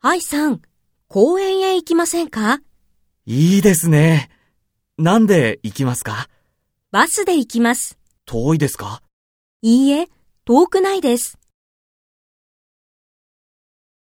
愛さん、公園へ行きませんかいいですね。なんで行きますかバスで行きます。遠いですかいいえ、遠くないです。